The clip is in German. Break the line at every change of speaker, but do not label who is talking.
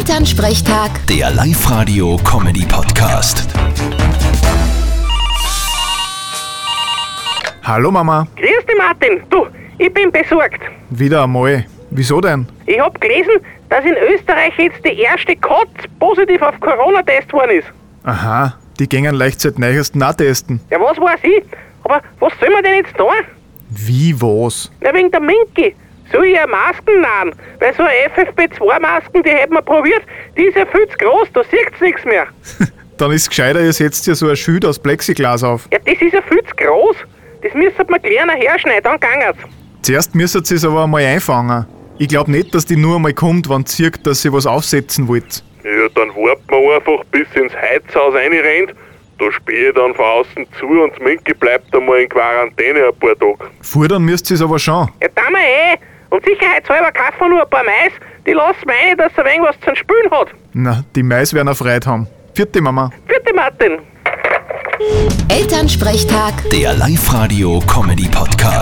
Elternsprechtag,
Der Live-Radio-Comedy-Podcast.
Hallo Mama,
Grüß dich, Martin. Du, ich bin besorgt.
wieder einmal. Wieso denn?
Ich habe gelesen, dass in Österreich jetzt die erste Katz positiv auf Corona test worden ist.
Aha, die gingen leicht seit neuesten auch testen.
Ja, was weiß ich? Aber was soll man denn jetzt tun?
Wie was?
Na, wegen der Minki. Soll ich ja Masken nehmen? Weil so FFP2-Masken, die hätten wir probiert, die ist ja viel zu groß, da sieht's nichts mehr.
Dann ist gescheiter, ihr setzt dir so ein Schild aus Plexiglas auf.
Ja, das ist ja viel zu groß. Das müsste man kleiner herschneiden, dann gangert's.
Zuerst müsstet ihr es aber einmal einfangen. Ich glaube nicht, dass die nur einmal kommt, wenn zirkt, dass sie was aufsetzen wollt.
Ja, dann warten wir einfach bis ins Heizhaus reinrennt. Da spähe ich dann von außen zu und das Minki bleibt einmal in Quarantäne ein paar Tage.
Fordern müsst ihr es aber schon.
Ja, da mal eh. Und sicherheitshalber kaufen wir nur ein paar Mais, die lassen wir rein, dass er wegen was zum Spülen hat.
Na, die Mais werden erfreut haben. Vierte Mama.
Bitte, Martin.
Elternsprechtag.
Der Live-Radio-Comedy-Podcast.